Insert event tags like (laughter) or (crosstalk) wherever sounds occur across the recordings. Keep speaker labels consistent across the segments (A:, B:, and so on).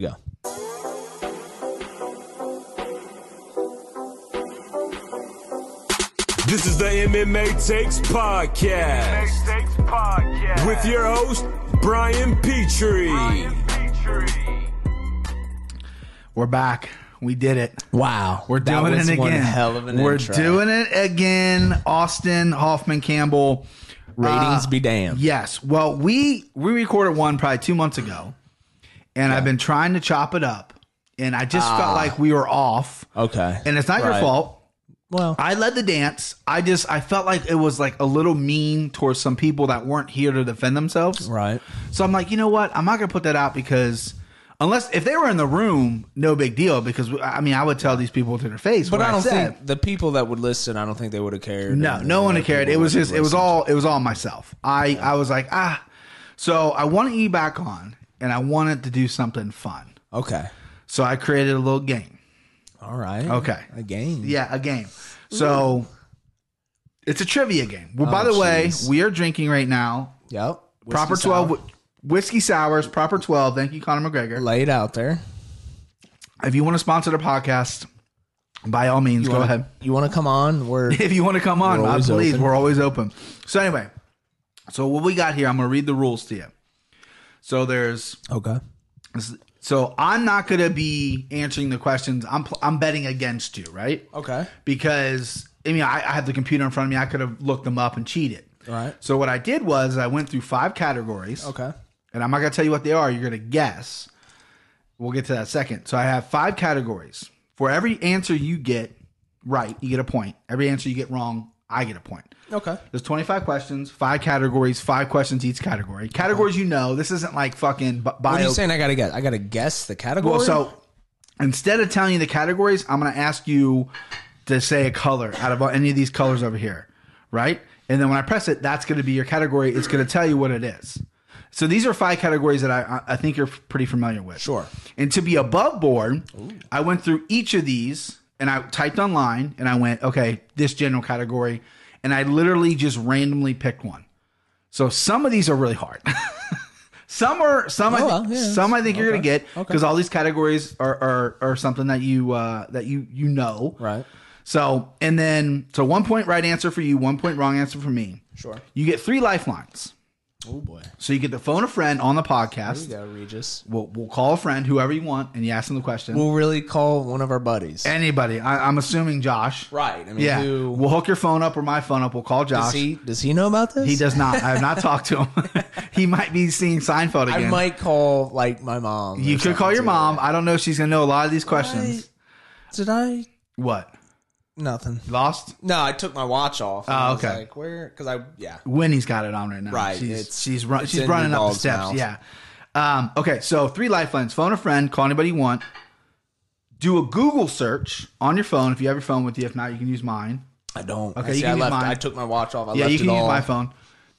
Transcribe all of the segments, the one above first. A: go
B: This is the MMA Takes Podcast with your host, Brian Petrie.
C: We're back. We did it.
A: wow
C: We're doing it again.
D: hell of an
C: We're
D: intro.
C: doing it again. Austin Hoffman Campbell.
A: ratings
C: Uh,
A: be damned
C: Yes. Well, we we recorded one probably two months ago, and I've been trying to chop it up, and I just felt like we were off,
A: okay
C: and it's not your
A: Oh. Right.
C: fault.
A: well
C: I led the dance. I just I felt like it was like a little mean towards some people that weren't here to defend themselves.
A: right
C: So I'm like, you know what? I'm not gonna put that out because unless if they were in the room, no big deal. Because I mean, I would tell these people to their face.
A: but
C: what
A: I don't
C: said.
A: think the people that would listen I don't think they would have cared
C: No,
A: And
C: no one
A: the
C: had cared.
A: people
C: It was
A: that
C: just, it was
A: listened.
C: all, it was all myself. I, I was like, ah. So I wanted you back on, and I wanted to do something fun.
A: okay
C: So I created a little game.
A: all right
C: Okay.
A: a game
C: Yeah, a game. So it's a trivia game. Well, by
A: Oh,
C: the way,
A: jeez.
C: we are drinking right now.
A: yep Whiskey
C: proper
A: sour.
C: twelve whi- whiskey sours. Proper twelve. Thank you, Conor McGregor.
A: laid out there
C: If you want to sponsor the podcast, by all means, go
A: wanna-
C: ahead. (laughs)
A: you want to come on we're
C: if you want to come on,
A: We're
C: uh,
A: always
C: please,
A: open.
C: we're always open. So anyway, so what we got here, I'm gonna read the rules to you. So there's,
A: okay
C: so I'm not gonna be answering the questions. I'm pl- I'm betting against you, right?
A: okay
C: Because I mean, I, I have the computer in front of me. I could have looked them up and cheated.
A: all right
C: So what I did was I went through five categories.
A: Uh. okay
C: And I'm not going to tell you what they are. You're going to guess. We'll get to that second. So I have five categories. For every answer you get right, you get a point. Every answer you get wrong, I get a point.
A: okay
C: There's 25 questions, five categories, five questions each category. Categories you know. This isn't like fucking bi- bio.
A: What are you saying? I gotta guess. I gotta guess the category.
C: Well, so instead of telling you the categories, I'm going to ask you to say a color out of any of these colors over here, right? And then when I press it, that's going to be your category. It's going to tell you what it is. So these are five categories that I, I think you're pretty familiar with.
A: Sure.
C: And to be above board, I went through each of these and I typed online and I went, okay, this general category. And I literally just randomly picked one. So some of these are really hard. (laughs) some are some I
A: Oh,
C: thi-
A: well, yeah,
C: some I think you're gonna get
A: Okay.
C: because all these categories are, are are something that you uh, that you you know.
A: right.
C: So and then so one point right answer for you, one point wrong answer for me.
A: Sure.
C: You get three lifelines.
A: Oh boy.
C: So you get the phone a friend on the
A: You
C: podcast.
A: go, Regis.
C: We'll, we'll call a friend, whoever you want, and you ask them the question.
A: We'll really call one of our buddies.
C: Anybody? I, I'm assuming Josh.
A: right. I mean,
C: Yeah.
A: who-
C: We'll hook your phone up or my phone up. We'll call Josh.
A: does he does he know about this?
C: He does not. I have not talked to him.
A: (laughs)
C: he might be seeing Seinfeld
A: I
C: again.
A: might call like my mom. or
C: you could
A: something,
C: call your
A: too.
C: mom. I don't know if she's gonna know a lot of these questions.
A: Did I?
C: What?
A: Nothing.
C: Lost?
A: No, I took my watch off. and
C: Oh,
A: I was
C: okay.
A: Like where? Because I yeah.
C: Winnie's got it on right now.
A: Right,
C: She's
A: it's-
C: she's, run,
A: it's
C: she's
A: in
C: running
A: the
C: up the
A: dog's
C: steps.
A: mouth.
C: Yeah. Um, okay, so three lifelines: phone a friend, call anybody you want. Do a Google search on your phone if you have your phone with you. If not, you can use mine.
A: I don't. I,
C: Okay, you
A: see,
C: can
A: I
C: use
A: left.
C: mine.
A: I took my watch off. I
C: yeah,
A: left
C: you can
A: it
C: use
A: all.
C: my phone.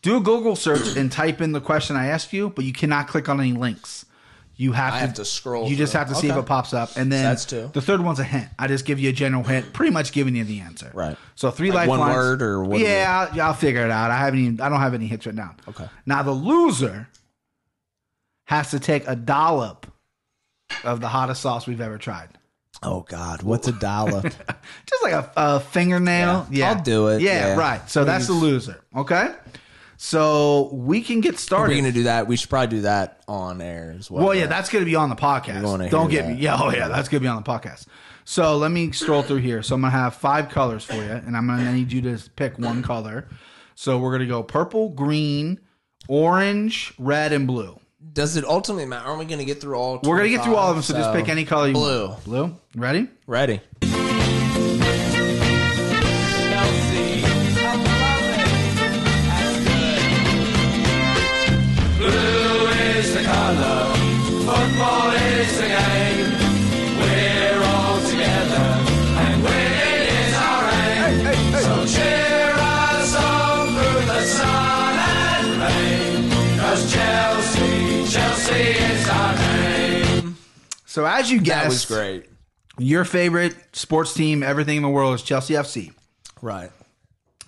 C: Do a Google search and type in the question I asked you, but you cannot click on any links. You have,
A: I
C: to,
A: have to scroll
C: You just
A: through.
C: have to see if
A: Okay.
C: it pops up, and then
A: that's two.
C: The third one's a hint. I just give you a general hint, pretty much giving you the answer.
A: Right.
C: So three
A: Like one
C: lifelines.
A: word or what do we-
C: yeah, I'll, yeah, I'll figure it out. I haven't even. I don't have any hits right now.
A: Okay.
C: Now the loser has to take a dollop of the hottest sauce we've ever tried.
A: Oh God, what's a
C: (laughs)
A: dollop?
C: Just like a, a fingernail.
A: Yeah.
C: Yeah.
A: I'll do it.
C: Yeah,
A: Yeah.
C: right. So that's the loser. Okay. So we can get
A: We're
C: started.
A: gonna do that. We should probably do that on air as well.
C: well, yeah, that's going to be on the
A: wanna
C: podcast. Don't
A: hear
C: get me.
A: that.
C: Yeah, oh, yeah, that's going to be on the podcast. So let me scroll through here. So I'm going to have five colors for you, and I'm going to need you to pick one color. So we're going to go purple, green, orange, red, and blue.
A: Does it ultimately matter? Aren't we gonna get through all?
C: We're going to get through all of them, so,
A: 25?
C: just pick any color you
A: Blue.
C: want. Blue. Ready?
A: Ready.
C: So as you
A: That
C: guessed,
A: was great.
C: your favorite sports team, everything in the world, is Chelsea FC.
A: Right.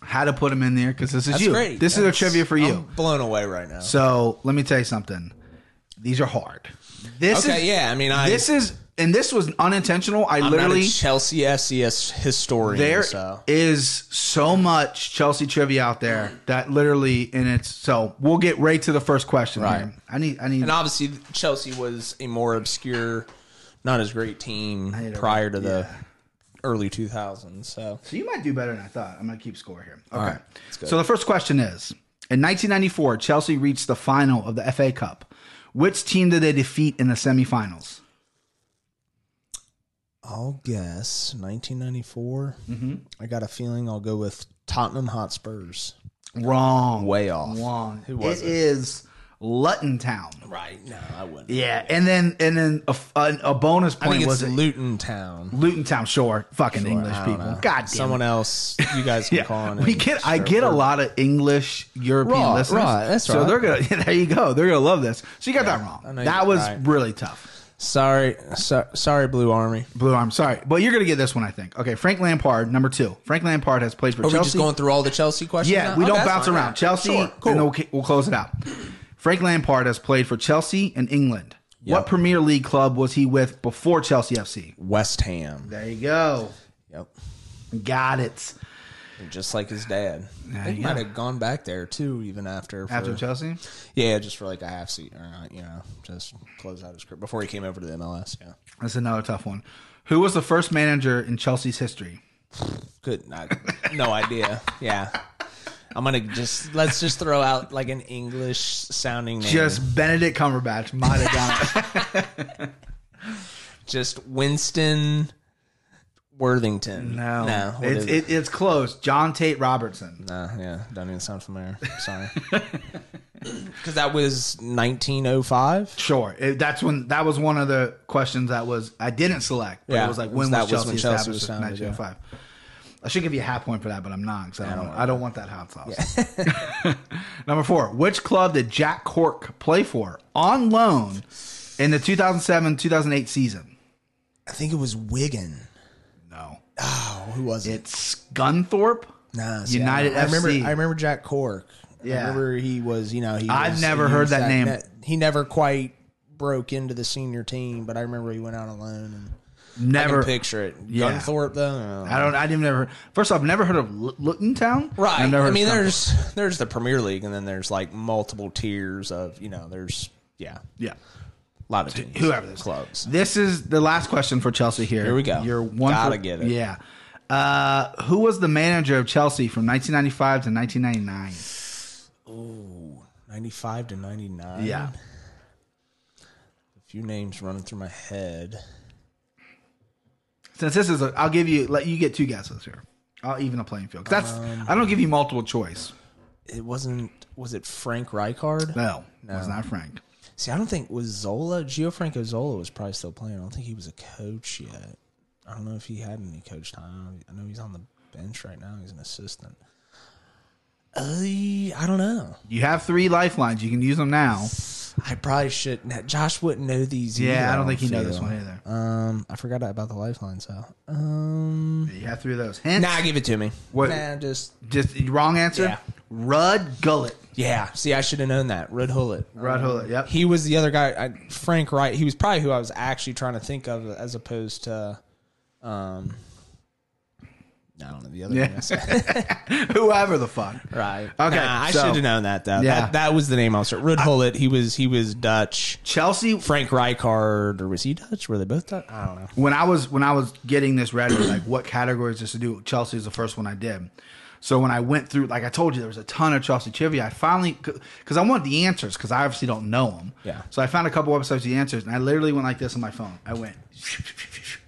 C: how to put them in there because this is
A: That's
C: you.
A: great.
C: This is a
A: That's-
C: trivia for you.
A: I'm blown away right now.
C: so let me tell you something. These are hard. This
A: Okay,
C: is,
A: yeah, I mean, I-
C: this is and this was unintentional. I
A: I'm
C: literally
A: not a Chelsea SCS historian.
C: there is
A: so.
C: so much Chelsea trivia out there that literally in its so we'll get right to the first question.
A: Right.
C: here. I need I need
A: and obviously Chelsea was a more obscure, not as great team
C: need a-
A: prior to the early 2000s. So
C: So you might do better than I thought. I'm going to keep score here. Okay.
A: right, let's go.
C: so the first question is In 1994, Chelsea reached the final of the FA Cup. Which team did they defeat in the semifinals?
A: I'll guess 1994.
C: Mm-hmm.
A: I got a feeling I'll go with Tottenham Hotspurs.
C: Wrong.
A: Way off.
C: Wrong.
A: Who was it?
C: it is Luton Town.
A: Right. No, I wouldn't.
C: Yeah. And then and then a, a, a bonus
A: I think
C: point
A: it's
C: was it
A: Luton Town.
C: Luton Town. Sure. Fucking English
A: I don't
C: people.
A: know.
C: God damn.
A: Someone
C: it.
A: else. You guys can call
C: Yeah,
A: in.
C: (laughs) we
A: and
C: get. I
A: start
C: get a
A: working.
C: lot of English European
A: Right,
C: listeners.
A: right, that's
C: so
A: right.
C: they're gonna. (laughs) there you go. They're gonna love this. So you got that
A: I
C: wrong.
A: know you-
C: That was
A: right.
C: really tough.
A: Sorry, so, sorry, Blue Army.
C: Blue Arm, sorry. But you're going to get this one, I think. Okay, Frank Lampard, number two. Frank Lampard has played for
A: Are we just
C: Chelsea.
A: going through all the Chelsea questions?
C: yeah,
A: now?
C: we
A: Okay,
C: don't
A: oh, that's
C: bounce
A: fine.
C: around. Chelsea,
A: Sure, cool.
C: and then we'll, we'll close it out. Frank Lampard has played for Chelsea and England. What Premier League club was he with before Chelsea FC?
A: West Ham.
C: There you go.
A: Yep.
C: Got it.
A: Just like his dad. I think he
C: yeah.
A: might have gone back there too, even after. For,
C: After Chelsea?
A: Yeah, just for like a half seat or not, you know, just close out his career before he came over to the MLS. Yeah.
C: That's another tough one. Who was the first manager in Chelsea's history?
A: Good. Not,
C: (laughs)
A: no idea. Yeah. I'm going to just, let's just throw out like an English sounding name.
C: Just Benedict Cumberbatch might have (laughs) done it.
A: Just Winston Worthington.
C: No,
A: No. what
C: it's
A: is
C: it, it's close. John Tate Robertson.
A: No, yeah, don't even sound familiar. Sorry, (laughs) because that was 1905.
C: Sure, It- that's when that was one of the questions that was I didn't select. But
A: Yeah,
C: it was like
A: it was-
C: when
A: that was
C: was Chelsea
A: when Chelsea
C: established
A: was
C: in
A: founded, yeah.
C: 1905? I should give you a half point for that, but I'm not because I don't. I don't want that hot sauce. (laughs) Number four, which club did Jack Cork play for on loan in the 2007-2008 season?
A: I think it was Wigan.
C: No,
A: Oh, who was it?
C: it's Gunthorpe.
A: Nah,
C: United
A: I, don't know. I
C: FC.
A: remember. I remember Jack Cork.
C: Yeah.
A: I remember he was. You know, he.
C: I've
A: was-
C: never
A: he
C: heard
A: was
C: that name.
A: he never quite broke into the senior team, but I remember he went out alone. And I
C: Never
A: can picture it.
C: Yeah.
A: Gunthorpe though.
C: I don't. I didn't never. First off, I've never heard of Lu- Luton Town.
A: Right.
C: I've never
A: I
C: heard
A: mean,
C: of Gunthorpe.
A: there's there's the Premier League, and then there's like multiple tiers of you know, there's yeah,
C: yeah.
A: a lot of teams,
C: whoever this is.
A: clubs.
C: This is the last question for Chelsea here.
A: Here we go.
C: You're one
A: Gotta
C: for-
A: get it.
C: Yeah. Uh, who was the manager of Chelsea from 1995 to 1999?
A: 95 to 99.
C: Yeah.
A: A few names running through my head.
C: Since this is, a, I'll give you. Let you get two guesses here. I'll even the playing field. 'Cause That's.
A: Um,
C: I don't give you multiple choice.
A: It wasn't, was it Frank Rijkaard?
C: No, no. was not Frank.
A: See, I don't think, was Zola, Gianfranco Zola was probably still playing. I don't think he was a coach yet. I don't know if he had any coach time. I know he's on the bench right now. He's an assistant. Uh, I don't know.
C: You have three lifelines. You can use them now.
A: I probably shouldn't. Josh wouldn't know these. either,
C: Yeah, I don't think you know
A: feel.
C: this one either.
A: Um, I forgot about the lifeline. So, um,
C: You have three of those. Hence,
A: nah, give it to me.
C: What-
A: Nah, just
C: just wrong answer.
A: Yeah.
C: Rudd Gullet.
A: Yeah. See, I should have known that. Red Hullet.
C: Rudd Gullet. Yep.
A: He was the other guy. I, Frank Wright. He was probably who I was actually trying to think of as opposed to, um, I don't know the other
C: Yeah.
A: one. I said.
C: (laughs) Whoever the fuck.
A: right.
C: (laughs) Okay,
A: Nah, I
C: so-
A: should have known that though.
C: Yeah.
A: That, that was the name I was. Red Hullet. He was. He was Dutch.
C: Chelsea
A: Frank Rijkaard, or was he Dutch? Were they both Dutch? I don't know.
C: when I was when I was getting this ready, like (clears throat) what categories just to do, Chelsea is the first one I did. So when I went through, like I told you, there was a ton of Chelsea trivia. I finally, because I want the answers, because I obviously don't know them.
A: Yeah.
C: So I found a couple websites with the answers, and I literally went like this on my phone. I went,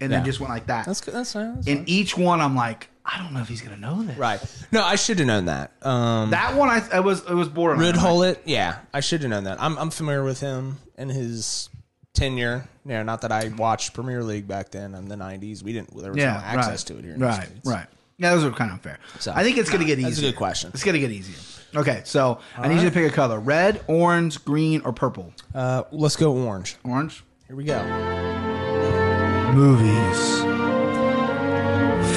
C: and then
A: Yeah.
C: just went like that.
A: That's good. That's, that's
C: And each one, I'm like, I don't know if he's gonna know this.
A: right. No, I should have known that. Um,
C: That one, I, I was it was borderline.
A: Red
C: I'm like,
A: Hullet, yeah, I should have known that. I'm I'm familiar with him and his tenure. Yeah, not that I watched Premier League back then in the '90s. We didn't there was no access
C: right,
A: to it here. In
C: Right,
A: the States.
C: right. Yeah, those are kind of unfair.
A: So,
C: I think it's going to
A: nah,
C: get easier.
A: that's a good question.
C: It's going to get easier. Okay, so I need you to pick a color: red, orange, green, or purple.
A: Uh, let's go orange.
C: Orange.
A: Here we go.
C: Movies.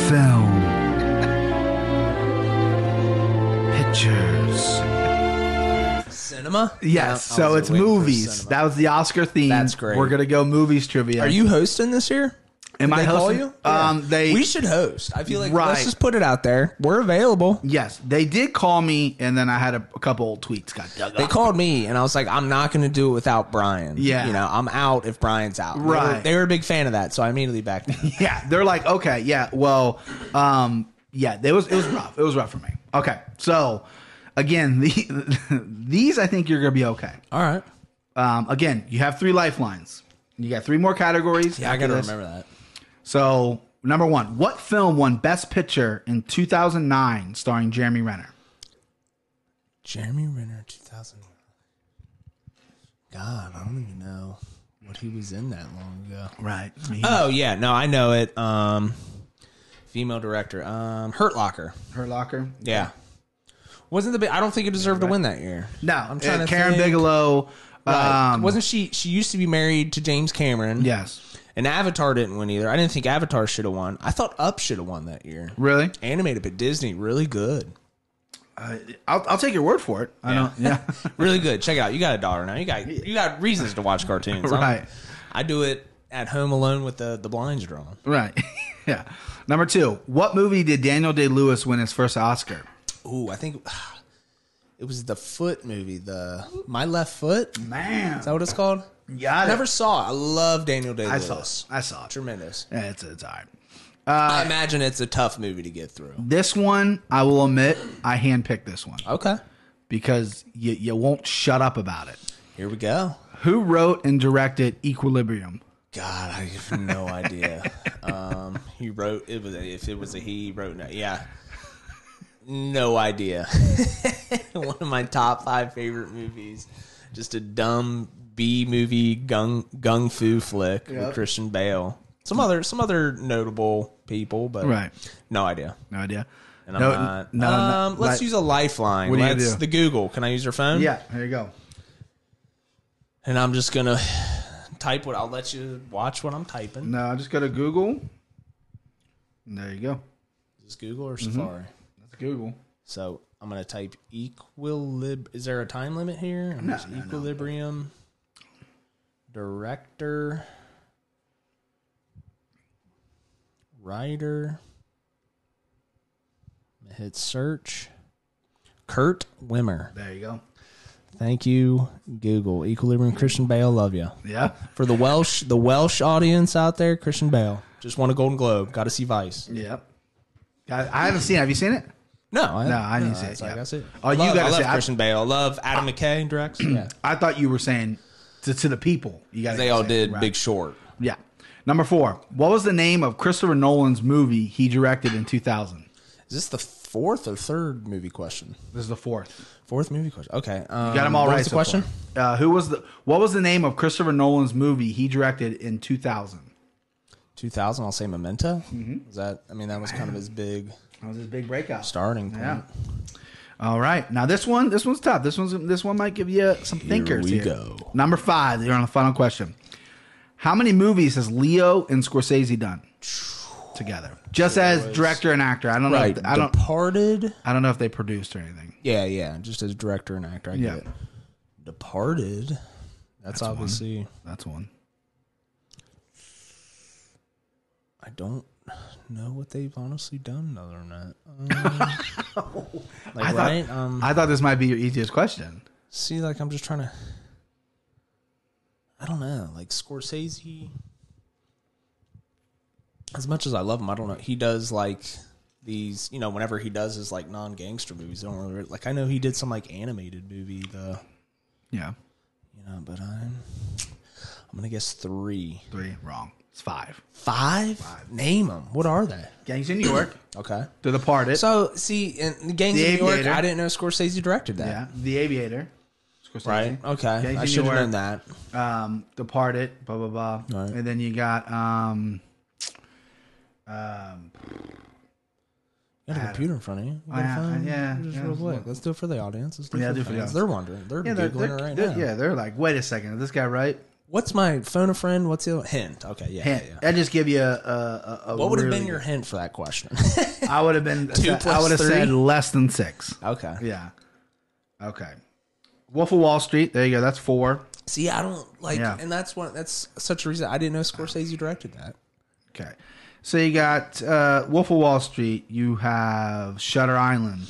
C: Film. Pictures.
A: cinema?
C: Yes,
A: I- I
C: so
A: was
C: it's
A: waiting for
C: movies.
A: cinema.
C: That was the Oscar theme.
A: That's great.
C: We're gonna go movies trivia.
A: Are you hosting this year?
C: Am
A: Did
C: I
A: they call
C: hosting?
A: you?
C: Um, they-
A: we should host. I feel like
C: Right.
A: let's just put it out there. We're available.
C: Yes, they did call me, and then I had a, a couple old tweets got dug
A: They
C: up.
A: called me and I was like, I'm not going to do it without Brian.
C: Yeah.
A: you know, I'm out if Brian's out. And they were-
C: Right.
A: They were, a big fan of that, so I immediately backed. down.
C: yeah, they're like, okay, yeah, well, um, yeah, it was it was rough. It was rough for me. Okay, so again, the, (laughs) these I think you're gonna be okay.
A: (laughs) All right.
C: Um, again, you have three lifelines. You got three more categories.
A: Yeah, I got
C: after
A: to
C: this.
A: remember that.
C: So number one, what film won Best Picture in 2009, starring Jeremy Renner?
A: Jeremy Renner, 2000. God, I don't even know what he was in that long ago.
C: Right.
A: Oh yeah, no, I know it. Um, female director, um, Hurt Locker.
C: Her locker.
A: Yeah, wasn't the big, I don't think it deserved to win that year.
C: No,
A: I'm trying to
C: uh, Karen
A: think.
C: Bigelow.
A: Right.
C: Um,
A: wasn't she? She used to be married to James Cameron.
C: yes.
A: and Avatar didn't win either. I didn't think Avatar should have won. I thought Up should have won that year.
C: Really?
A: Animated, but Disney really good, Uh,
C: I'll, I'll take your word for it. I don't. Yeah.
A: (laughs)
C: (laughs)
A: really good. Check it out. You got a dollar now. You got you got reasons to watch cartoons.
C: (laughs)
A: I'm-
C: Right.
A: I do it at home alone with the the blinds drawn.
C: right. (laughs) yeah. Number two, what movie did Daniel Day Lewis win his first Oscar?
A: Ooh, I think (sighs) it was the Foot movie, the My Left Foot. Is
C: Man,
A: that what it's called?
C: got
A: I
C: it.
A: never saw. it. I love Daniel Day
C: I
A: Lewis.
C: saw. it. I Uh, saw. it.
A: Tremendous.
C: Yeah, it's it's all right.
A: I imagine it's a tough movie to get through.
C: This one, I will admit, I handpicked this one
A: Okay,
C: because you you won't shut up about it.
A: here we go.
C: Who wrote and directed Equilibrium?
A: God, I have no idea. um, he wrote it was a, if it was a he he wrote no, yeah, no idea. (laughs) One of my top five favorite movies, just a dumb B movie gung gung fu flick
C: Yep.
A: with Christian Bale. Some other some other notable people, but
C: Right.
A: no idea.
C: No idea.
A: And I'm
C: no,
A: not.
C: no, no,
A: um, let's
C: like-
A: use a lifeline.
C: What do you
A: let's
C: do?
A: the Google. Can I use your phone?
C: Yeah, there you go.
A: And I'm just gonna (sighs) type what I'll let you watch what I'm typing.
C: No, just go to Google. And There you go.
A: Is Google or
C: Mm-hmm.
A: Safari?
C: That's Google.
A: So I'm gonna type equilib. Is there a time limit here? No, equilibrium. Director. Writer. I'm gonna Hit search. Kurt Wimmer.
C: There you go.
A: Thank you, Google. Equilibrium. Christian Bale. Love you.
C: Yeah.
A: For the Welsh, the Welsh audience out there, Christian Bale just won a Golden Globe. Got to see Vice.
C: Yep. I, I haven't seen it. Have you seen it?
A: No, I,
C: No, I didn't see
A: that's
C: it,
A: like
C: yeah.
A: I see it.
C: Oh, you
A: Love-
C: gotta
A: I love
C: see it. I-
A: Christian Bale. I love Adam McKay directs. Ah. (clears throat) yeah.
C: I thought you were saying to, to the people. You got
A: They all did Big Short.
C: Yeah. Number four. What was the name of Christopher Nolan's movie he directed in 2000?
A: Is this the fourth or third movie question?
C: This is the fourth.
A: Fourth movie question. Okay. Um,
C: Got them all right.
A: what was the
C: so
A: question?
C: far. Uh, who was the? What was the name of Christopher Nolan's movie he directed in 2000?
A: 2000, I'll say Memento.
C: Mm-hmm.
A: Is that, I mean, that was kind of his big
C: That was his big breakout.
A: starting point.
C: Yeah. All right. Now this one, this one's tough. This one's this one might give you some thinkers.
A: we go.
C: Number five. You're on the final question. How many movies has Leo and Scorsese done together? Just as director and actor. I don't
A: Right.
C: know. If, I don't.
A: Departed.
C: I don't know if they produced or anything.
A: Yeah, yeah. Just as director and actor. I
C: Yeah.
A: get it. Departed. That's, obviously,
C: That's one.
A: I don't know what they've honestly done other than
C: (laughs)
A: that. Um, like,
C: I thought-
A: right? um,
C: I thought this might be your easiest question.
A: See, like I'm just trying to. I don't know, like Scorsese. As much as I love him, I don't know. He does like these, you know. Whenever he does his like non-gangster movies, I don't really like. I know he did some like animated movie, the
C: Yeah.
A: you know, but I'm I'm gonna guess three,
C: Three. Wrong. It's five.
A: five. Name them. What are they?
C: Gangs in New York.
A: Okay.
C: The Departed.
A: So see, in Gangs of
C: The
A: New York,
C: Aviator.
A: I didn't know Scorsese directed that.
C: yeah. The Aviator. Scorsese.
A: Right. Okay.
C: Gangs
A: I
C: in
A: should
C: New
A: have known
C: York.
A: that.
C: um, Departed, blah blah blah,
A: Right.
C: and then you got um, um,
A: You got a computer in front of you. you got
C: yeah,
A: a phone.
C: yeah,
A: Just
C: yeah,
A: real
C: just
A: quick.
C: look.
A: Let's do it for the audience. Let's do
C: Yeah,
A: it for,
C: do
A: the
C: it for the
A: fans.
C: audience.
A: They're wondering. They're
C: yeah, they're,
A: giggling
C: they're-
A: right
C: they're-
A: now.
C: yeah, they're like, wait a second, is this guy right?
A: What's my phone a friend? What's the other hint? Okay, yeah,
C: Hint.
A: yeah. yeah.
C: That just give you a, a, a- a
A: What would have
C: really-
A: been your hint for that question?
C: (laughs) I would have been.
A: (laughs) Two
C: I
A: plus
C: would have
A: three?
C: said less than six.
A: okay.
C: Yeah. Okay. Wolf of Wall Street. There you go. That's four.
A: See, I don't like,
C: Yeah.
A: and that's one. That's such a reason I didn't know Scorsese directed that.
C: Okay. So you got uh, Wolf of Wall Street. You have Shutter Island,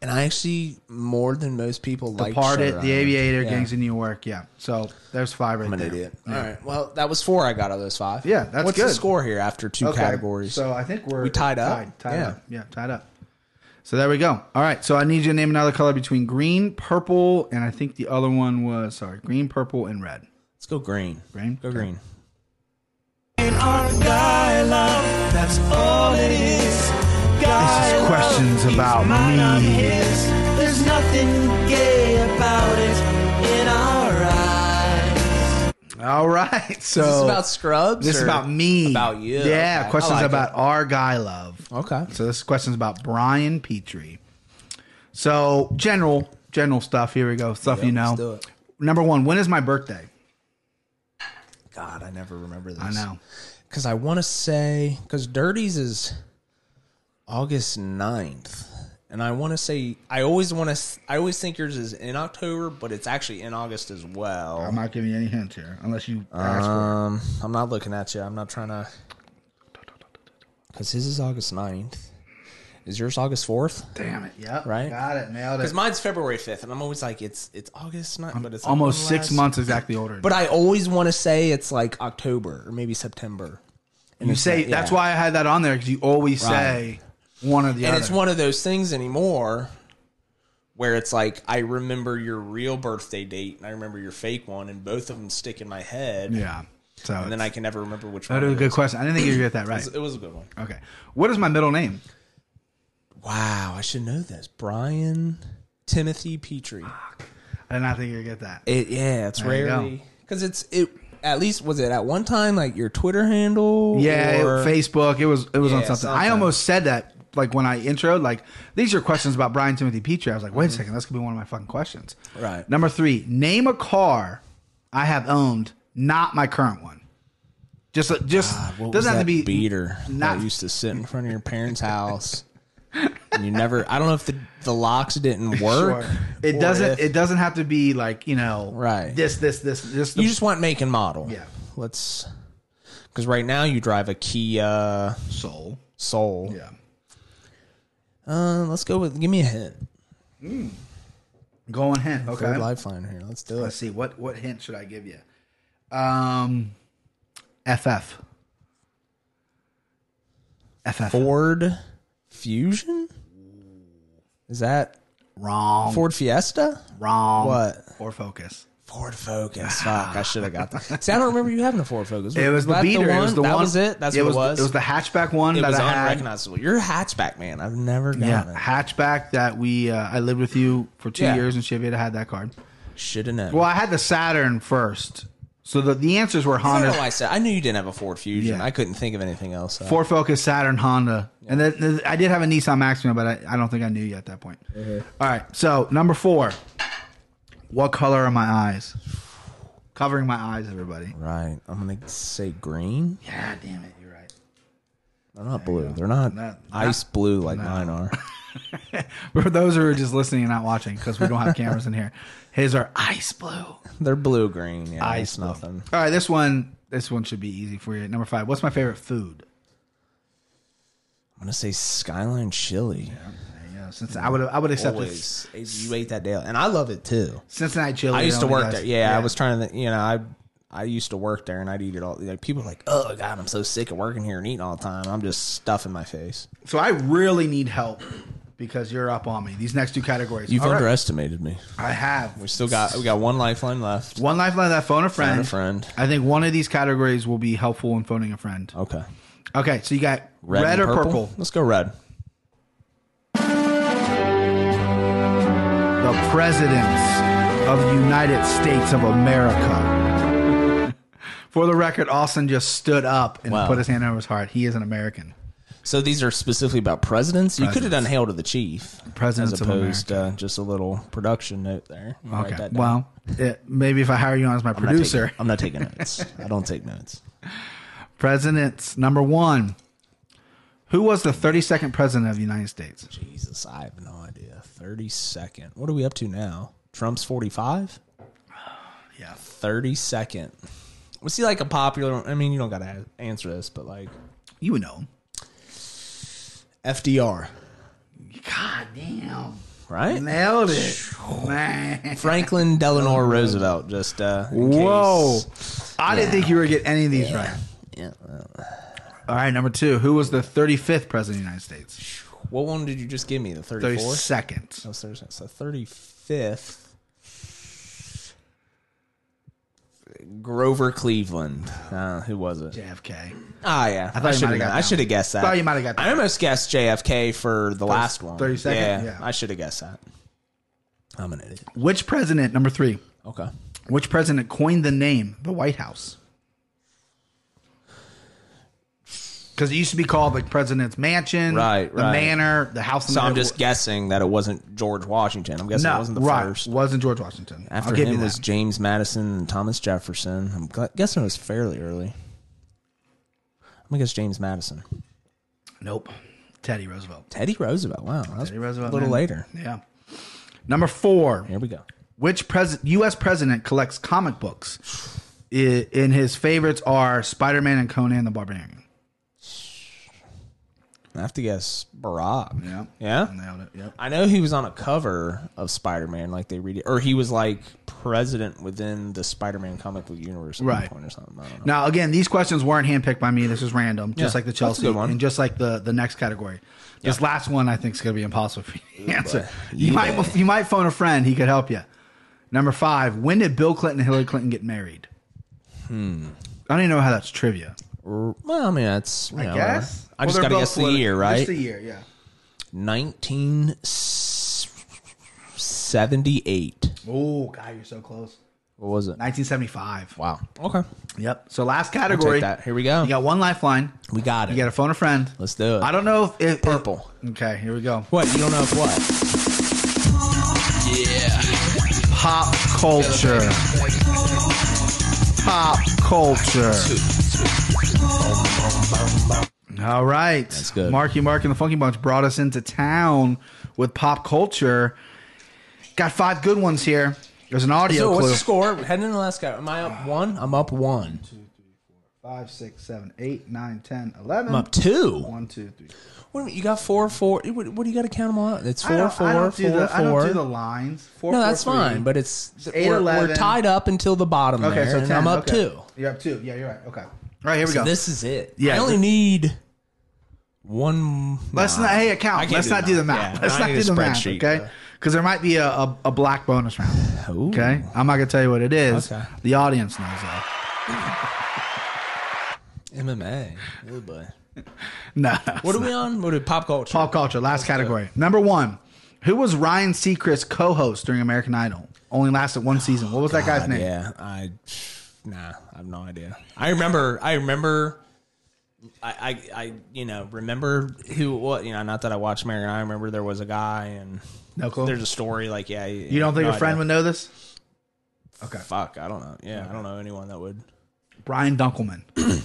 A: And I actually more than most people like
C: Parted,
A: Shutter
C: The
A: Island.
C: Aviator,
A: Yeah.
C: Gangs of New York. Yeah. So there's five right
A: I'm an
C: there.
A: idiot. All right. Well, that was four I got out of those five.
C: Yeah, that's
A: What's the
C: good.
A: score here after two
C: Okay.
A: categories?
C: So I think we're
A: We tied up?
C: Tied, tied
A: Yeah.
C: up. Yeah, tied up. So there we go. All right. So I need you to name another color between green, purple, and I think the other one was sorry, green, purple, and red.
A: Let's go green.
C: Green?
A: Go green.
C: This is questions about me.
D: There's nothing gay about it in our eyes.
C: All right. (laughs) So
A: Is this about scrubs?
C: this is
A: or-
C: about me.
A: About you.
C: Yeah.
A: Okay.
C: Questions
A: I like
C: about our guy love.
A: it. Okay.
C: So this question's about Brian Petrie. So general, general stuff. Here we go. Stuff you
A: Yep,
C: know.
A: Let's do it.
C: Number one, when is my birthday?
A: God, I never remember this.
C: I know.
A: Because I want to say, because Dirty's is August 9th. And I want to say, I always want to, I always think yours is in October, but it's actually in August as well.
C: I'm not giving you any hints here unless you ask for it.
A: Um, I'm not looking at you. I'm not trying to. Because his is August 9th. Is yours August 4th?
C: Damn it. Yep.
A: Right?
C: Got it. Nailed
A: Because
C: it.
A: mine's February 5th, and I'm always like, it's it's August 9th, but it's like
C: Almost
A: one
C: six
A: last-
C: months exactly older.
A: But I always want to say it's like October or maybe September. And
C: you
A: it's
C: say
A: not-
C: that's
A: yeah.
C: why I had that on there because you always say one or the
A: And
C: other.
A: it's one of those things anymore where it's like, I remember your real birthday date and I remember your fake one, and both of them stick in my head.
C: yeah. So
A: And then I can never remember which
C: that
A: one.
C: is
A: it
C: a good question. I didn't think you would get that
A: (laughs)
C: right.
A: was. It was a good one.
C: Okay. What is my middle name?
A: Wow, I should know this. Brian Timothy Petrie.
C: I did not think you would get that.
A: It, yeah, it's
C: There you
A: rarely
C: go.
A: because it's it. At least was it at one time like your Twitter handle?
C: Yeah, it-
A: or-
C: Facebook. It was it was on
A: Yeah,
C: something. I
A: something.
C: almost said that like when I introed, like these are questions about Brian Timothy Petrie. I was like, wait a second, this could be one of my fucking questions.
A: Mm-hmm. Right.
C: Number three, name a car I have owned, not my current one. Just uh, just
A: Ah, What was
C: doesn't have
A: that
C: to be
A: beater
C: not-
A: that used to sit in front of your parents' house. and you never. I don't know if the the locks didn't work.
C: (laughs) Sure. It
A: or
C: doesn't.
A: if-
C: it doesn't have to be like you know.
A: Right.
C: This. This. This. This.
A: you
C: the-
A: just want make and model.
C: Yeah.
A: Let's. Because right now you drive a Kia
C: soul.
A: Soul.
C: Yeah.
A: Uh, let's go with. Give me a hint.
C: Going hint.
A: Third
C: Okay.
A: lifeline here. Let's do
C: Let's
A: it.
C: see. What what hint should I give you? Um. FF. FF.
A: Ford Fusion. Is that
C: Wrong.
A: Ford Fiesta?
C: Wrong.
A: What?
C: Or Focus.
A: Ford Focus. Fuck, I should have got
C: (laughs)
A: that. See, I don't remember you having a Ford Focus.
C: It was the
A: that
C: beater. it was the
A: that
C: one.
A: was it. That's
C: it
A: what
C: was.
A: it was.
C: It was the hatchback one
A: It
C: that
A: was
C: I had.
A: unrecognizable. You're a hatchback man. I've never gotten
C: Yeah,
A: it.
C: hatchback that we uh, I lived with you for two
A: Yeah.
C: years and shit. We had had that card.
A: Should have known.
C: Well, I had the Saturn first, so the, the answers were
A: I don't
C: Honda.
A: know why I said. I knew you didn't have a Ford Fusion.
C: Yeah.
A: I couldn't think of anything else. though.
C: Ford Focus, Saturn, Honda, and then, then I did have a Nissan Maxima, but I, I don't think I knew you at that point.
A: Mm-hmm.
C: All right, so number four, what color are my eyes? Covering my eyes, everybody.
A: Right. I'm gonna say green.
C: Yeah, damn it, you're right. (laughs)
A: They're not blue. They're not
C: Not-
A: ice blue like mine
C: (laughs)
A: are. (laughs)
C: For those who are just listening and not watching, because we don't have cameras in here, (laughs) his are ice blue. All
A: They're blue green. Yeah,
C: Ice
A: it's nothing.
C: right, this one, this one should be easy for you. Number five, what's my favorite food?
A: I'm gonna say Skyline Chili.
C: Yeah, since I would I would accept this
A: Always. You ate that daily, and I love it too.
C: Cincinnati chili.
A: I used to
C: only
A: work
C: does-
A: there. Yeah, I was trying to, you know, I I used to work there and I'd eat it all. Like people are like, oh god, I'm so sick of working here and eating all the time. I'm just stuffing my face.
C: So I really need help because you're up on me. These next two categories.
A: You've
C: All right.
A: underestimated me.
C: I have.
A: We still got we got one lifeline left.
C: One lifeline that phone a friend.
A: a friend.
C: I think one of these categories will be helpful in phoning a friend.
A: Okay,
C: Okay, so you got red,
A: and
C: or purple.
A: Let's go red.
C: The presidents of the United States of America. (laughs) For the record, Austin just stood up and
A: Wow.
C: put his hand over his heart. He is an American.
A: So these are specifically about presidents. You could have
C: Presidents.
A: done "Hail to the Chief"
C: Presidents
A: as
C: of
A: opposed to uh, just a little production note there. You write
C: Okay.
A: that down.
C: Well, it, maybe if I hire you on as my
A: I'm not taking-
C: producer,
A: I'm not
C: (laughs)
A: taking notes. I don't take notes.
C: presidents number one. Who was the 32nd president of the United States?
A: Jesus, I have no idea. Thirty second. What are we up to now? Trump's 45.
C: Yeah.
A: 32nd. Was he like a popular? I mean, you don't got to answer this, but like
C: You would know.
A: FDR,
C: God damn.
A: right?
C: Nailed it. Man.
A: Franklin Delano Roosevelt, just uh, in
C: Oh, Whoa.
A: case.
C: I didn't think you were going to get any of these right.
A: Yeah.
C: All right, number two. Who was the 35th president of the United States?
A: What one did you just give me? The 34th?
C: 32nd.
A: No, sorry, so 35th. Grover Cleveland. Uh, who was it?
C: JFK.
A: Ah, yeah. I,
C: thought you
A: should have.
C: might have got
A: I
C: that
A: should have
C: one.
A: guessed that.
C: Thought you might have got
A: I
C: that.
A: almost guessed JFK for the last one.
C: 30 second?
A: Yeah,
C: Yeah.
A: I should have guessed that. I'm an idiot.
C: Which president, number three,
A: Okay.
C: which president coined the name the White House? Because it used to be called the President's Mansion,
A: Right,
C: the
A: right.
C: Manor, the House. in
A: So
C: the
A: I'm just guessing that it wasn't George Washington. I'm guessing
C: no,
A: it wasn't the
C: right,
A: first.
C: wasn't George Washington.
A: After
C: I'll give
A: him
C: you
A: was
C: that.
A: James Madison and Thomas Jefferson. I'm gu- guessing it was fairly early. I'm gonna guess James Madison.
C: nope, Teddy Roosevelt.
A: Teddy Roosevelt. Wow, that was
C: Teddy Roosevelt.
A: A little
C: man.
A: later.
C: yeah. Number four,
A: Here we go.
C: which pres- U.S. president collects comic books? I- and his favorites are Spider-Man and Conan the Barbarian.
A: I have to guess Barack.
C: Yeah,
A: Yeah.
C: nailed it. Yep.
A: I know he was on a cover of Spider Man, like they read it, or he was like president within the Spider Man comic book universe at one
C: Right.
A: point or something. I don't know.
C: Now, again, these questions weren't handpicked by me. This is random, just
A: Yeah,
C: like the
A: that's a
C: Chelsea
A: good one.
C: and just like the the next category. This last one, I think, is going to be impossible for you to answer. You
A: You
C: might you might phone a friend; he could help you. Number five: When did Bill Clinton and Hillary Clinton get married? Hmm. I don't even know how that's trivia.
A: Or- Well, I mean, that's you
C: I
A: know,
C: guess.
A: whatever. I just
C: Well, they're
A: gotta
C: both
A: guess the
C: politi-
A: year,
C: Just the
A: right?
C: year, yeah.
A: Nineteen seventy-eight.
C: Oh God, you're so close.
A: What was it?
C: 1975.
A: Wow. Okay.
C: Yep. So last
A: I'll
C: category.
A: take that. Here we go.
C: You got one lifeline.
A: we got it.
C: You got to phone a friend.
A: Let's do it.
C: I don't know if, if
A: Purple.
C: Okay, here we go.
A: What? You don't know if what?
C: Pop culture. Pop culture. All right. That's
A: good.
C: Marky Mark and the Funky Bunch brought us into town with pop culture. Got five good ones here. There's an audio
A: So what's
C: clue.
A: the score? We're heading into the last guy. Am I up one? I'm up one.
C: Five, six, seven, eight, nine, ten, eleven.
A: I'm up two.
C: One, two, three.
A: What, do you mean? you got four, four. What, what do you got to count them all? out? It's
C: I
A: four,
C: don't,
A: four,
C: I don't do
A: four,
C: the, I don't
A: four.
C: do the lines. Four,
A: No,
C: four,
A: that's
C: three.
A: fine, but it's,
C: eight,
A: we're, we're
C: 11.
A: tied up until the bottom
C: okay.
A: there,
C: So
A: and
C: 10,
A: I'm up
C: okay.
A: two.
C: You're up two. Yeah, you're right. Okay. All right, here we
A: So
C: go.
A: this is it.
C: Yeah.
A: I only need one.
C: Let's
A: nah.
C: not. Hey,
A: I
C: account.
A: can't
C: Let's
A: do
C: not
A: the
C: do the
A: math.
C: math.
A: Yeah,
C: Let's
A: I
C: not
A: need
C: do
A: a
C: the math.
A: spreadsheet.
C: Okay, because there might be a, a, a black bonus round.
A: Ooh.
C: Okay, I'm not gonna tell you what it is.
A: Okay.
C: The audience knows though.
A: MMA. Oh boy.
C: No. (laughs)
A: What are we on? What are pop culture?
C: Pop culture. Last category. Number one. Who was Ryan Seacrest's co-host during American Idol? Only lasted one season. What was that guy's
A: God,
C: name?
A: Yeah, I nah, I have no idea. I remember, I remember, I, I, I you know, remember who it was. You know, not that I watched American. I remember there was a guy, and
C: No clue.
A: there's a story. Like, yeah,
C: you don't think a friend would know this? Okay.
A: Fuck, I don't know. Yeah, I don't know anyone that would.
C: Brian Dunkelman.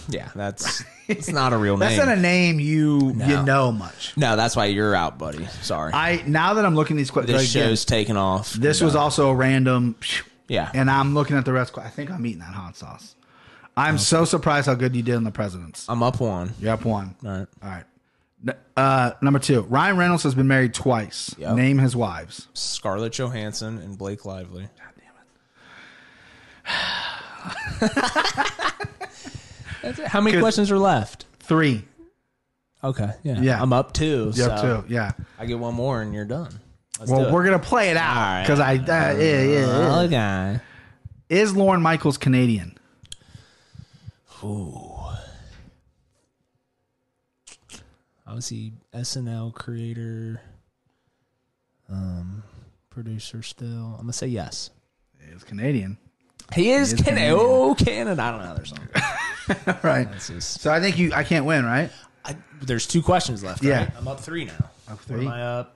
A: Yeah, (laughs)
C: (laughs)
A: that's it's not a real
C: That's
A: name.
C: not a name you
A: No.
C: you know much.
A: no, that's why you're out, buddy. Sorry.
C: I now that I'm looking at these questions,
A: this show's taken off.
C: This was also a random.
A: Yeah.
C: And I'm looking at the rest. I think I'm eating that hot sauce. I'm so surprised how good you did in the presidents.
A: I'm up one.
C: You're up one.
A: All right.
C: All right. N- Uh, number two, Ryan Reynolds has been married twice.
A: Yep.
C: Name his wives.
A: Scarlett Johansson and Blake Lively. That's it. How many
C: Good.
A: questions are left?
C: Three.
A: Okay. Yeah.
C: Yeah.
A: I'm up two.
C: You're
A: so
C: up two. Yeah.
A: I get one more and you're done. Let's do
C: Well,
A: it.
C: we're gonna play it
A: All
C: out
A: right.
C: because I. Uh, yeah, yeah, yeah.
A: Okay.
C: Is Lauren Michaels Canadian?
A: Obviously, SNL creator, um, producer still. I'm going to say yes.
C: Is Canadian.
A: He is,
C: is
A: Canada.
C: Canadian.
A: Oh, Canada. I don't know how there's (laughs) something.
C: right.
A: just-
C: So I think you. I can't win, right?
A: I, there's two questions left.
C: Yeah.
A: Right? I'm up three now.
C: Up
A: What
C: three?
A: Am I up?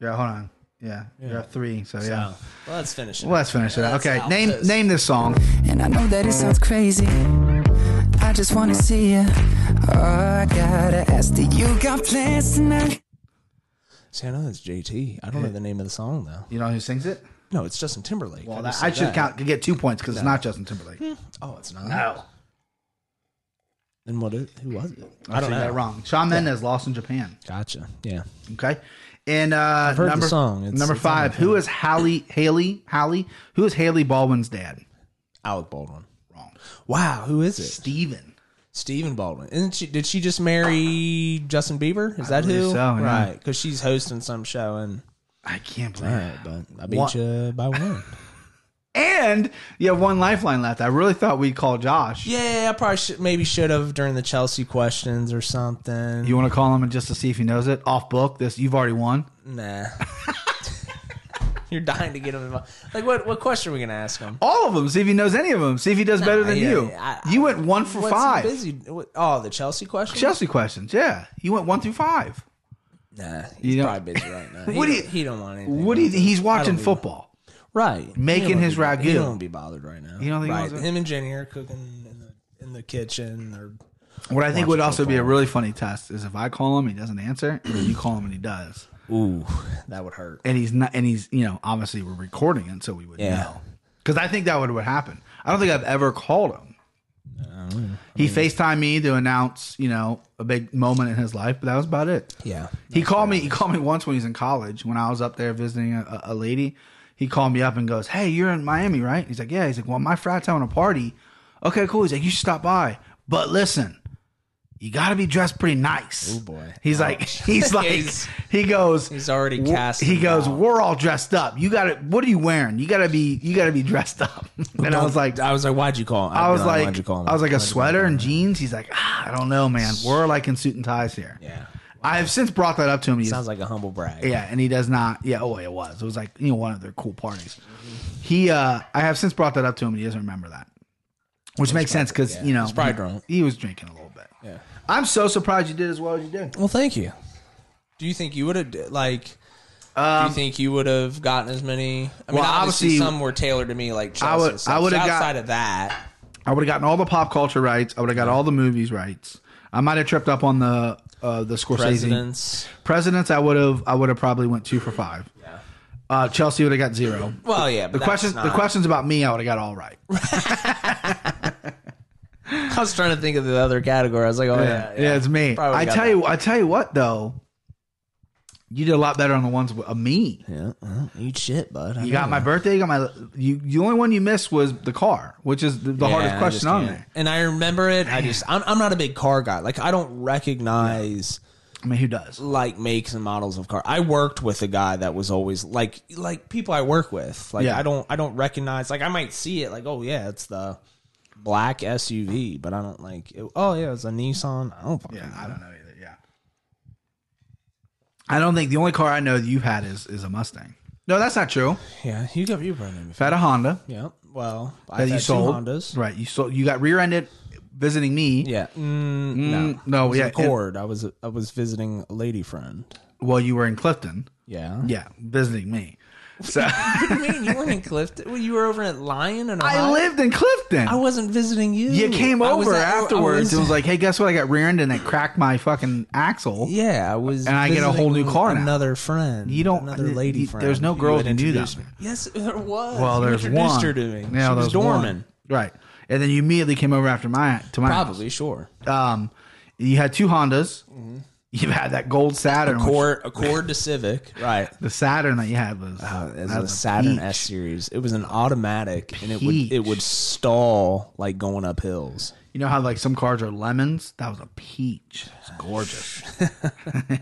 C: Yeah. Hold on. Yeah. You're up three. So yeah.
A: Oh. Well, let's finish it.
C: Well, let's finish it out.
A: Let's
C: Okay.
A: out
C: Name
A: this.
C: name this song.
E: And I know that it sounds crazy. I just wanna see you. Oh, I gotta ask, do you got plans tonight?
A: See, I know that's JT. I don't know the name of the song though.
C: You know who sings it?
A: No, it's Justin Timberlake.
C: Well,
A: just
C: that, I
A: said
C: should
A: that.
C: count, get two points because it's not Justin Timberlake.
A: Oh, it's not.
C: No,
A: And what? It, who was it?
C: I, don't that wrong. Shawn Mendes lost in Japan.
A: Gotcha. Yeah.
C: Okay. And uh,
A: heard the
C: number
A: song. It's-
C: number
A: it's on my
C: five, who is Hallie Haley Hallie? Who is Haley Baldwin's dad?
A: Alec Baldwin.
C: Wrong.
A: Wow, who is it?
C: Steven.
A: Stephen Baldwin. Isn't she? Did she just marry Justin Bieber? Is that
C: believe
A: who?
C: so, yeah.
A: Right, because she's hosting some show and.
C: I can't
A: All
C: believe it.
A: right, but I beat
C: What?
A: you by one.
C: And you have one lifeline left. I really thought we'd call Josh.
A: yeah, I probably should, maybe should have during the Chelsea questions or something.
C: You want to call him and just to see if he knows it? Off book. This you've already won. (laughs)
A: nah. (laughs) You're dying to get him. Involved. Like, what? What question are we gonna ask him?
C: All of them. See if he knows any of them. See if he does better than
A: yeah,
C: you.
A: yeah, I-
C: you went one for
A: What's he
C: five.
A: Busy? what- Oh, the Chelsea question.
C: Chelsea questions. Yeah, you went one through five.
A: Nah, he's
C: You don't-
A: probably busy right now.
C: (laughs) What
A: he,
C: do you-
A: don't- he don't want anything.
C: What do you, he's watching
A: believe it.
C: football?
A: Right.
C: Making
A: He don't
C: his
A: be, He
C: ragu.
A: don't be bothered right now.
C: You don't think he
A: right.
C: wants to-
A: him and Jenny are cooking in the in the kitchen or
C: What I think would
A: Watching
C: also be a
A: football.
C: really funny test is if I call him, he doesn't answer, and then you call him and he does,
A: ooh, that would hurt.
C: and he's not, and he's you know obviously we're recording it, so we would
A: Yeah.
C: know. Because I think that would would happen. I don't think I've ever called him. He FaceTimed me to announce, you know, a big moment in his life, but that was about it.
A: Yeah.
C: He called me. He called me once when he was in college. When I was up there visiting a, a lady, he called me up and goes, "Hey, you're in Miami, right?" He's like, "Yeah." He's like, "Well, my frat's having a party." Okay, cool. He's like, "You should stop by, but listen, you got to be dressed pretty nice." Oh
A: boy.
C: He's like,
A: (laughs)
C: (laughs) he's like,
A: He's-
C: he goes,
A: he's already
C: "W-
A: casting
C: He goes,
A: doubt."
C: "We're all dressed up. You got to. What are you wearing? You got to be. You got to be dressed up." (laughs) And I was like,
A: I was like, why'd you call? Him?
C: I
A: I'd be
C: was like,
A: why'd you call him?
C: I was like a
A: Why'd you call
C: sweater
A: him?
C: and jeans. He's like, ah, I don't know, man. We're like in suit and ties here.
A: Yeah.
C: I have since brought that up to him. He's,
A: Sounds like a humble brag.
C: yeah, and he does not. Yeah, oh, it was. It was like you know one of their cool parties. He, uh I have since brought that up to him, and he doesn't remember that, which makes sense because you know
A: he's probably drunk.
C: He was drinking a little bit.
A: Yeah.
C: I'm so surprised you did as well as you did.
A: Well, thank you. Do you think you would have like? do you think you would have gotten as many? I mean,
C: Um, well,
A: obviously,
C: obviously-
A: some were tailored to me, like Chelsea.
C: I would-
A: and stuff.
C: I would've
A: So
C: got-
A: outside of that.
C: I would have gotten all the pop culture rights. I would have got all the movies rights. I might have tripped up on the uh the Scorsese
A: Presidents.
C: presidents. I would have. I would have probably went two for five. Uh, Chelsea would have got zero.
A: Well, yeah. But
C: The questions, the questions about me, I would have got all right.
A: (laughs) I was trying to think of the other category. I was like, oh yeah,
C: yeah, it's me.
A: Probably
C: I
A: got
C: tell you, I tell you what though, you did a lot better on the ones with uh, me.
A: Yeah, well, eat shit, bud. I
C: You got
A: know.
C: my birthday. You got my. You the only one you missed was the car, which is the, the
A: Yeah,
C: hardest
A: I
C: question
A: just
C: on
A: can't.
C: there.
A: And I remember it. I just, I'm, I'm not a big car guy. Like, I don't recognize
C: I mean, who does?
A: like makes and models of car. I worked with a guy that was always like, like people I work with. Like,
C: Yeah.
A: I don't, I don't recognize. Like, I might see it. Like, oh yeah, it's the black SUV, but I don't like. It, oh yeah, it's a Nissan. I don't. Fucking
C: Yeah, I don't know either. Yeah, I don't think the only car I know that you've had is is a Mustang. No, that's not true.
A: Yeah, you got you burned him.
C: I've had a Honda
A: Yeah. Well,
C: that
A: I
C: you
A: had two
C: sold.
A: Hondas.
C: Right, you sold. You got rear-ended visiting me.
A: Yeah. Mm,
C: Mm,
A: no.
C: no,
A: It was
C: yeah,
A: An Accord. I was I was visiting a lady friend.
C: Well, you were in Clifton.
A: Yeah.
C: Yeah, visiting me. So (laughs)
A: What do you mean? You weren't in Clifton? Well, you were over at Lyon and
C: I lived in Clifton.
A: I wasn't visiting you.
C: You came
A: I was
C: over
A: at- I
C: afterwards (laughs) and was like, "Hey, guess what? I got rear-ended and it cracked my fucking axle."
A: "Yeah, I was."
C: And I get a whole new
A: visiting
C: car now.
A: Another friend.
C: You don't-
A: Another
C: you-
A: lady
C: you-
A: friend.
C: there's no
A: who
C: girl
A: had
C: to do that.
A: introduced me. Yes, there was.
C: Well,
A: You
C: there's
A: introduced
C: one.
A: her to me.
C: Yeah,
A: she was
C: there's
A: dormant.
C: one. Right, and then you immediately came over after my to my
A: Probably Mm-hmm. sure.
C: house. Um, you had two Hondas. You had that gold Saturn. which-
A: Accord, Accord to
C: (laughs)
A: Civic, right?
C: the Saturn that you had was
A: Uh, It was
C: that
A: a
C: was a
A: Saturn
C: peach.
A: S series. It was an automatic, and it would it
C: Peach.
A: would stall like going up hills.
C: You know how like some cars are lemons? That was a peach. It's
A: (laughs)
C: gorgeous. (laughs)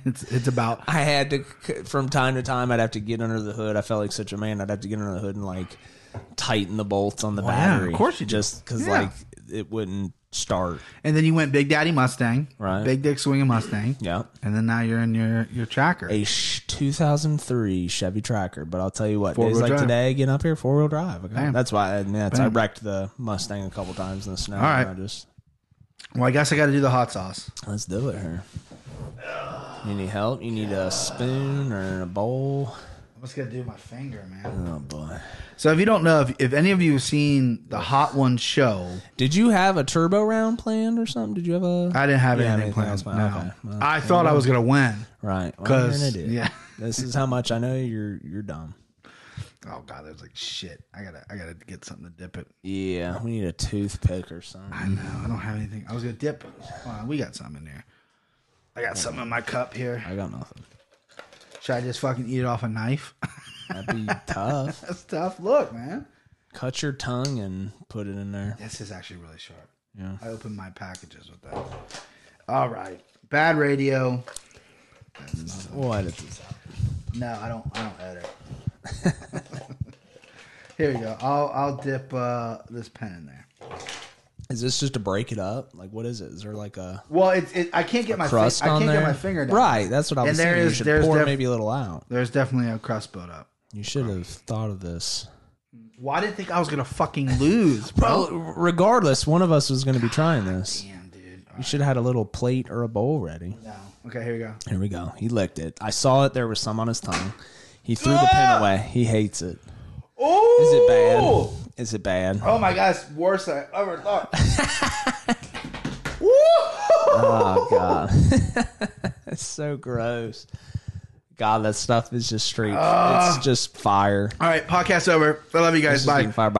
C: it's it's about
A: I had to, from time to time, I'd have to get under the hood. I felt like such a man. I'd have to get under the hood and like tighten the bolts on the
C: yeah,
A: battery.
C: of course you do.
A: just because
C: Yeah.
A: like it wouldn't start.
C: And then you went Big Daddy Mustang,
A: Right.
C: Big Dick Swinging Mustang,
A: Yeah,
C: and then now you're in your your tracker.
A: a sh- 2003 Chevy Tracker. But I'll tell you what,
C: Four-wheel
A: days like
C: drive.
A: today, getting up here, four wheel drive. Okay?
C: Bam.
A: That's why I, mean, that's, I
C: Bam.
A: wrecked the Mustang a couple times in the snow.
C: right.
A: and I just
C: Well, I guess I got to do the hot sauce.
A: let's do it here. You need help? You need a spoon or a bowl?
C: I'm just gonna do my finger, man.
A: Oh boy.
C: So if you don't know, if, if any of you have seen the Hot Ones show,
A: Did you have a turbo round planned or something? Did you have a?
C: I didn't have
A: You didn't have
C: anything
A: anything else
C: planned.
A: planned.
C: no.
A: Okay. Well,
C: I thought I was gonna win
A: Right. Well, you're an
C: because
A: idiot.
C: yeah,
A: (laughs) This is how much I know you're you're dumb.
C: Oh god, there's like shit. I gotta I gotta get something to dip it.
A: Yeah, we need a toothpick or something.
C: I know. I don't have anything. I was gonna dip. Hold on, we got something in there. I got something in my cup here.
A: I got nothing.
C: Should I just fucking eat it off a knife? (laughs)
A: That'd be tough.
C: That's tough. Look, man.
A: Cut your tongue and put it in there.
C: This is actually really sharp.
A: Yeah.
C: I opened my packages with that. All right. Bad radio.
A: We'll edit this out.
C: No, I don't. I don't edit. (laughs) Here we go. I'll I'll dip uh, this pen in there.
A: Is this just to break it up? Like, what is it? Is there like a
C: Well, it's it, I can't get my fi-
A: crust
C: I
A: on
C: can't
A: there?
C: get my finger down.
A: Right, that's what I
C: And
A: was
C: there
A: thinking. you
C: is-
A: should
C: there's
A: pour
C: def-
A: maybe a little out.
C: There's definitely a crust built up.
A: You should have thought of this.
C: Well, I didn't think I was gonna fucking lose, (laughs) bro.
A: Well, regardless, one of us was going to be trying this.
C: Damn, dude. All
A: You
C: right,
A: should have had a little plate or a bowl ready.
C: now. Okay, here we go.
A: Here we go. He licked it. I saw it. There was some on his tongue. He threw the pen away. He hates it.
C: Oh,
A: Is it bad? Is it bad?
C: Oh my god, it's worse than I
A: (laughs)
C: ever thought.
A: Oh god, (laughs) it's so gross. God, that stuff is just straight. it's just fire.
C: All right, podcast over. I love you guys.
A: It's
C: Bye.
A: fire.